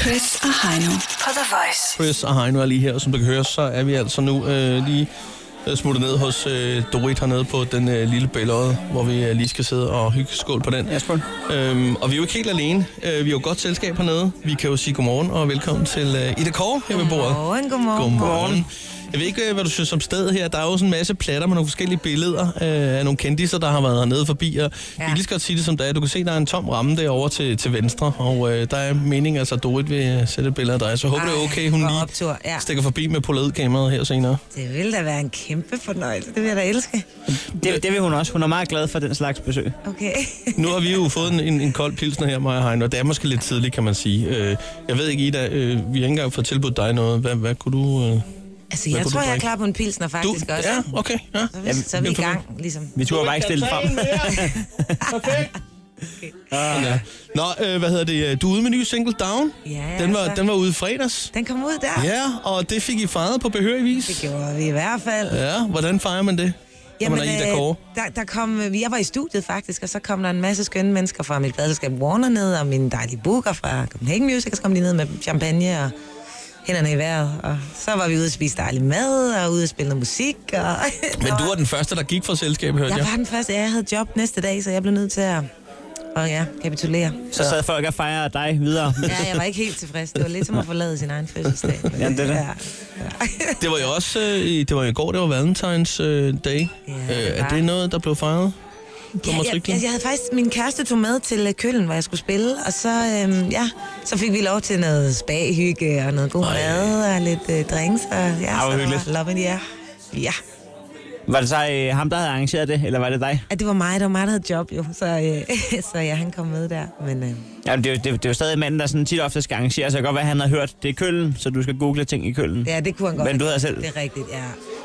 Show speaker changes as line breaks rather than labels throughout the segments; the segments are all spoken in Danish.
Chris og Heino på The Voice.
Chris og Heino er lige her, og som du kan høre, så er vi altså nu øh, lige øh, smuttet ned hos øh, Dorit hernede på den øh, lille bælåde, hvor vi øh, lige skal sidde og hygge skål på den.
Ja, skål.
Øhm, og vi er jo ikke helt alene. Øh, vi er jo godt selskab hernede. Vi kan jo sige godmorgen og velkommen til øh, Ida Kåre her ved bordet.
Godmorgen, godmorgen.
Godmorgen. Jeg ved ikke, øh, hvad du synes om stedet her. Der er jo sådan en masse platter med nogle forskellige billeder øh, af nogle kendiser, der har været hernede forbi. Og ja. Jeg kan lige så godt sige det som det er. Du kan se, der er en tom ramme derovre til, til venstre. Og øh, der er meningen, altså at Dorit vil øh, sætte et billede af dig. Så jeg håber, det er
Ej,
okay, hun
hvor
lige
optur, ja.
stikker forbi med polaroid-kameraet her senere.
Det ville da være en kæmpe fornøjelse. Det vil jeg da elske.
Det, det vil hun også. Hun er meget glad for den slags besøg.
Okay.
Nu har vi jo fået en, en, en kold pilsner her, Maja Hein, og det er måske lidt tidligt, kan man sige. Øh, jeg ved ikke, Ida, øh, vi har ikke engang fået tilbudt dig noget. Hvad, hvad kunne du... Øh,
Altså,
Hvad
jeg
kunne
tror,
du
jeg er
drikke?
klar på en pilsner
du
faktisk også.
ja, okay. Ja.
Så er vi, så er vi i gang, ligesom.
Vi turde bare ikke stille frem.
Ja. Nå, øh, hvad hedder det? Du er ude med ny single Down.
Ja,
den, var,
altså.
den var ude i fredags.
Den kom ud der.
Ja, og det fik I fejret på behørig vis.
Det gjorde vi i hvert fald. øh,
Ja, hvordan fejrer man det? Jamen, man er Ida Kåre.
der, der kom, øh, jeg var i studiet faktisk, og så kom der en masse skønne mennesker fra mit pladselskab Warner ned, og min dejlige booker fra Copenhagen Music, og så kom de ned med champagne og hænderne i vejret. Og så var vi ude at spise dejlig mad, og ude at spille noget musik. Og...
Men du var den første, der gik fra selskabet, hørte jeg.
Jeg var den første, ja, jeg havde job næste dag, så jeg blev nødt til at og ja, kapitulere.
Så sad folk og fejrede dig videre.
Ja, jeg var ikke helt tilfreds. Det var lidt som at forlade sin egen fødselsdag.
Ja, det er det.
Ja,
Det var jo også øh, i- det var i går, det var Valentine's øh, Day.
Ja,
øh,
det
er
var.
det noget, der blev fejret? På
ja, jeg,
matriklen?
jeg, jeg havde faktisk, min kæreste tog med til øh, Køln, hvor jeg skulle spille, og så, øhm, ja, så fik vi lov til noget spaghygge og noget god
Ej.
mad og lidt øh, drinks, og ja, så
hvor
der
hyggeligt.
var love in the air. Ja,
Var det så øh, ham, der havde arrangeret det, eller var det dig?
at det var mig, det var mig, der havde job jo, så, øh, så ja, han kom med der, men øh,
Jamen, det, er jo- det, er jo- det er jo stadig manden, der sådan tit og ofte skal arrangere, så det kan godt være, at han har hørt, det er køllen, så du skal google ting i køllen.
ja, det kunne han godt.
Men du havde selv-
Det er rigtigt, ja.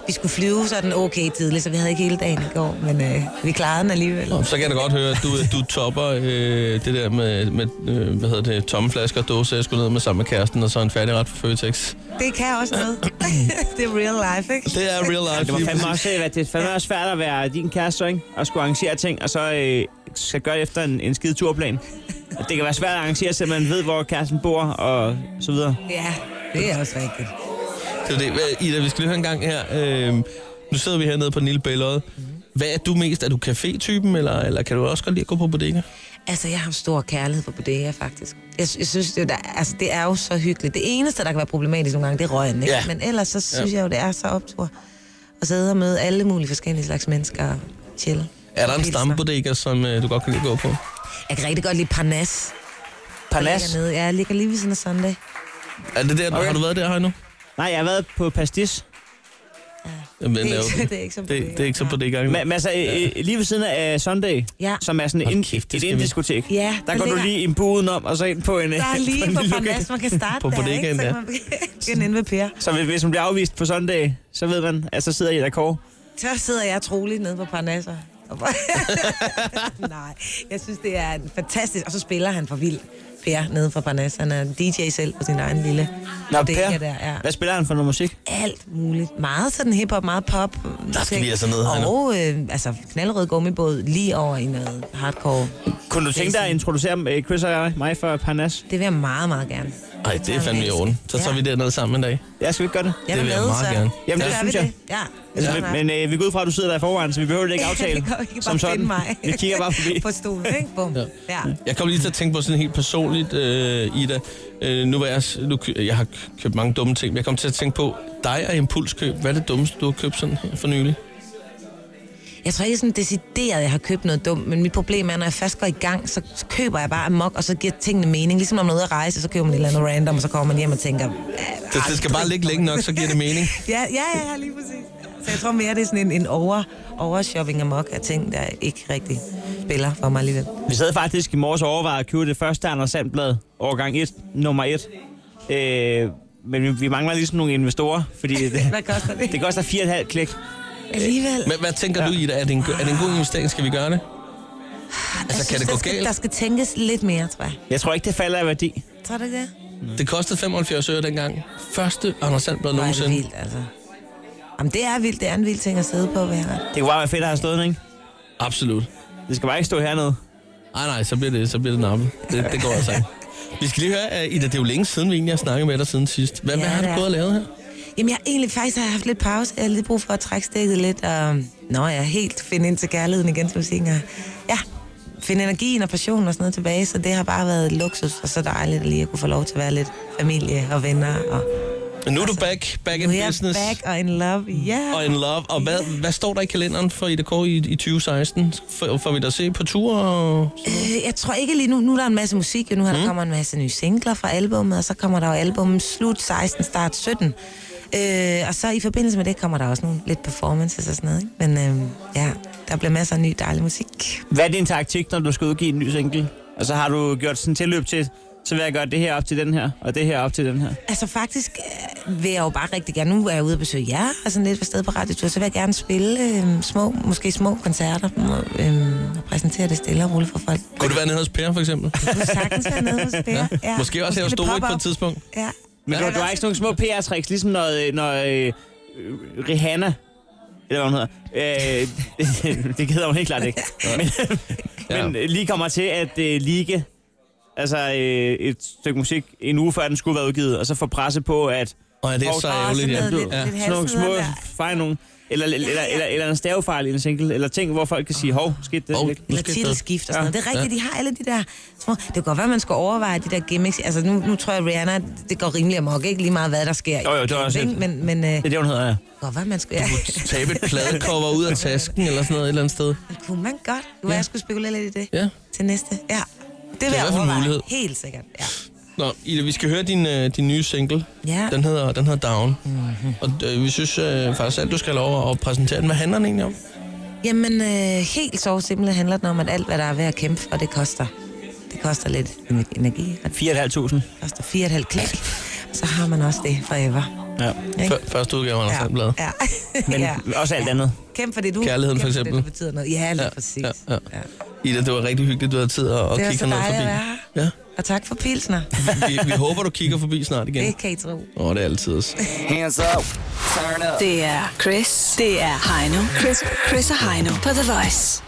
Vi skulle flyve sådan okay tidligt, så vi havde ikke hele dagen i går, men øh, vi klarede den alligevel.
Nå, Så kan jeg da godt høre, at du, du topper øh, det der med, med øh, hvad hedder det, tomme flasker og dåser, jeg skulle ned med sammen med kæresten, og så en færdigret fra Føtex.
Det kan også noget. det er real life, ikke?
Det er real life.
Det var
lige
fandme
præcis.
også, øh, det er fandme også svært at være din kæreste, ikke? Og skulle arrangere ting, og så øh, skal gøre det efter en, en skide turplan. Og det kan være svært at arrangere, så man ved, hvor kæresten bor, og så videre.
Ja, det er også rigtigt.
Det er det. Hvad- Ida, vi skal lige høre en gang her. Øhm, nu sidder vi hernede på den lille bælåde. Hvad er du mest? Er du café-typen, eller, eller kan du også godt lide at gå på bodega?
Altså, jeg har en stor kærlighed for bodega, faktisk. Jeg, sy- jeg synes, det, er- der, altså, det er jo så hyggeligt. Det eneste, der kan være problematisk nogle gange, det er røgen, ikke?
Ja.
Men ellers, så synes jeg jo, det er så optur at sidde og møde alle mulige forskellige slags mennesker og chill.
Er der en
Pilsner.
stambodega, som øh, du godt kan lide at gå på?
Jeg kan rigtig godt lide Parnas.
Palas?
Ja, jeg ligger lige ved sådan en Sunday.
Er det der, okay.
Okay.
Har du været der her nu?
Nej, jeg har været på Pastis.
Jamen,
Det er ikke-
okay.
det er ikke som
det,
bodega.
det er ikke så
Nej.
bodega.
Ma- Men altså, ja. lige ved siden af Sunday,
Ja.
som er sådan en,
kæft,
kæft,
det
et
skal vi.
inddiskotek.
Ah. Ja,
der
der
går du
ligger-
lige en bu udenom, og så ind på en...
Der er lige på
lille lokal.
Parnas, man kan starte
På
der,
bodegaen
ikke? Så
der.
kan man begynde inde ved Per.
Så hvis, hvis man bliver afvist på Sunday, så ved man, at så sidder I der kår.
Så sidder jeg troligt nede på Parnasser. Nej, jeg synes, det er en fantastisk... Og så spiller han for vild. Per nede fra Parnas. Han er DJ selv på sin egen lille
Nå,
bodega
per,
der. Ja.
hvad spiller han for noget musik?
Alt muligt. Meget sådan hiphop, meget pop.
Der skal vi altså ned, Heino.
Og øh, altså, knaldrød gummibåd lige over i noget hardcore.
Kunne du tænke dig at introducere øh, Chris og jeg, mig for Parnas?
Det vil jeg meget, meget gerne.
Nej, det er fandme i orden. Så tager
Ja.
vi derned sammen en dag.
Ja, skal vi ikke gøre det?
Jeg
Det
er
vil jeg
med,
meget
så.
gerne.
Jamen,
så
det
gør
synes
vi
jeg.
Ja.
Altså,
Ja.
men, men øh, vi går ud fra, at du sidder der i forvejen, så vi behøver det ikke aftale.
Det går ikke bare
som sådan.
finde mig.
Vi kigger bare forbi.
på stolen, ikke? Bum.
Ja.
Ja. ja.
Jeg kom lige til at tænke på sådan helt personligt, øh, Ida. Øh, nu var jeg, s- nu, kø- jeg har købt mange dumme ting, men jeg kom til at tænke på dig og impulskøb. Hvad er det dummeste, du har købt sådan her for nylig?
Jeg tror ikke sådan decideret, at jeg har købt noget dumt, men mit problem er, når jeg først går i gang, så så køber jeg bare amok, og så giver tingene mening. Ligesom når man er ude at rejse, så køber man et eller andet random, og så kommer man hjem og tænker...
Det, det skal bare ligge længe nok, så giver det mening.
Ja, ja, ja, lige præcis. Så jeg tror mere, det er sådan en, en over, overshopping amok af ting, der ikke rigtig spiller for mig alligevel.
Vi sad faktisk i morges og overvejede at købe det første Anders Sandblad, årgang 1, nummer 1. Øh, men vi, vi mangler lige sådan nogle investorer, fordi det,
Hvad koster det?
det koster 4,5 klik.
Alligevel.
Men hvad tænker ja. du, Ida? Er det, en, go- er det en god investering? Skal vi gøre det? Altså,
Jeg
kan
synes,
det gå
der skal,
galt?
der skal tænkes lidt mere, tror jeg.
Jeg tror ikke, det falder af værdi.
Tror du ikke det?
Det kostede 75 øre dengang. Første Anders Sandblad
Hvor er det
nogensinde.
vildt, altså. Jamen, det er vildt. Det er en vild ting at sidde på, vil jeg ret.
Det kunne bare være fedt at have stået, ikke?
Absolut.
Det skal bare ikke stå hernede.
Nej, nej, så bliver det, så bliver det nappet. Det, det går altså ikke. Vi skal lige høre, at Ida, det er jo længe siden, vi egentlig har snakket med dig siden sidst. Hvad, ja, hvad har
det
du
er.
gået og lavet her?
Jamen, jeg har egentlig faktisk har jeg haft lidt pause. Jeg har lidt brug for at trække stikket lidt, og nå ja, helt finde ind til kærligheden igen til musikken. Og, ja, finde energien og passionen og sådan noget tilbage, så det har bare været luksus, og så dejligt lige at kunne få lov til at være lidt familie og venner. Og
Men Nu er du back, back in
nu er jeg
business
back og in love, ja. Yeah.
og in love. Og hvad, hvad står der i kalenderen for Ida K. i, i 2016? Får, får vi dig at se på tur? Og...
Øh, jeg tror ikke lige nu. Nu er der en masse musik, og nu har
Mm.
der kommer en masse nye singler fra albummet, og så kommer der jo albummen slut 16, start 17. Øh, og så i forbindelse med det kommer der også nogle lidt performances og sådan noget. Ikke? Men øh, ja, der bliver masser af ny dejlig musik.
Hvad er din taktik, når du skal udgive en ny single? Og så har du gjort sådan en tilløb til, så vil jeg gøre det her op til den her, og det her op til den her.
Altså faktisk øh, vil jeg jo bare rigtig gerne, nu er jeg ude og besøge jer, og sådan lidt på sted på radiotur, så vil jeg gerne spille øh, små, måske små koncerter, øh, og præsentere det stille og roligt for folk.
Kunne det være nede hos Per, for eksempel?
Det kunne sagtens være nede hos Per. Ja.
Måske også lave
lidt
store på
pop-up.
et tidspunkt.
Ja.
Men
Ja.
du, du har ikke sådan nogle små PR-tricks, ligesom når, øh, når øh, øh, Rihanna, eller hvad hun hedder, øh, det hedder hun helt klart ikke, men,
Ja.
men øh, lige kommer til at øh, ligge altså, øh, et stykke musik en uge før den skulle være udgivet, og så få presse på, at
Og det er
Og-
så
og
ærgerligt,
sådan
ja.
noget lidt-
ja.
lidt
sådan nogle små
Halvsiderne
fejl nogen, eller, eller, eller, eller, eller en stavefejl i en single, eller ting, hvor folk kan sige, hov, skidt det.
Hov,
lidt."
nu skal jeg
titelskift og sådan noget. Det er rigtigt, ja. de har alle de der små... Det kan godt være, man skal overveje de der gimmicks. Altså, nu, nu tror jeg, Rihanna, det går rimelig amok, ikke lige meget, hvad der sker.
Jo, jo, det er også
Ikke?
et-
Men, men øh,
Det er det, hun hedder, ja.
det kan godt være, man skulle... Ja,
Tabe et pladecover ud af tasken eller sådan noget et eller andet sted.
det kunne man godt. Nu ja. jeg skulle spekulere lidt i det.
Ja.
Til næste. Ja.
i
Det vil
hvert
jeg
fald en
overveje.
mulighed.
Helt sikkert, ja.
Nå, Ida, vi skal høre din, øh, din nye single.
Ja. Mhm.
Den hedder, den hedder Down. Mm-hmm. Og øh, vi synes øh, faktisk, at du skal have lov at præsentere den. Hvad handler den egentlig om?
Jamen, øh, helt så simpelt handler det om, at alt, hvad der er ved at kæmpe for, det koster. Det koster lidt ener- energi, og det
4.500.
koster 4,5 klik. Så har man også det forever.
Ja.
Ikke?
F- første udgave af Anders Sandblad.
ja.
Men
ja.
også alt andet.
Kæmp for det, du
Kærligheden,
kæmp
for
Det,
eksempel.
der betyder noget. Ja, lige
Ja,
ja, præcis.
ja,
Ja,
ja.
ja.
Ida, det var rigtig hyggeligt, du havde tid at, at
Det var
kigge
så
herned
dejligt
forbi.
at være her.
Ja.
Og tak for pilsner.
Vi, vi håber, du kigger forbi snart igen.
Det kan I tro.
Åh, oh, det er altid os.
Hands up. Turn up.
Det er Chris. Det er Heino. Chris, Chris og Heino på The Voice.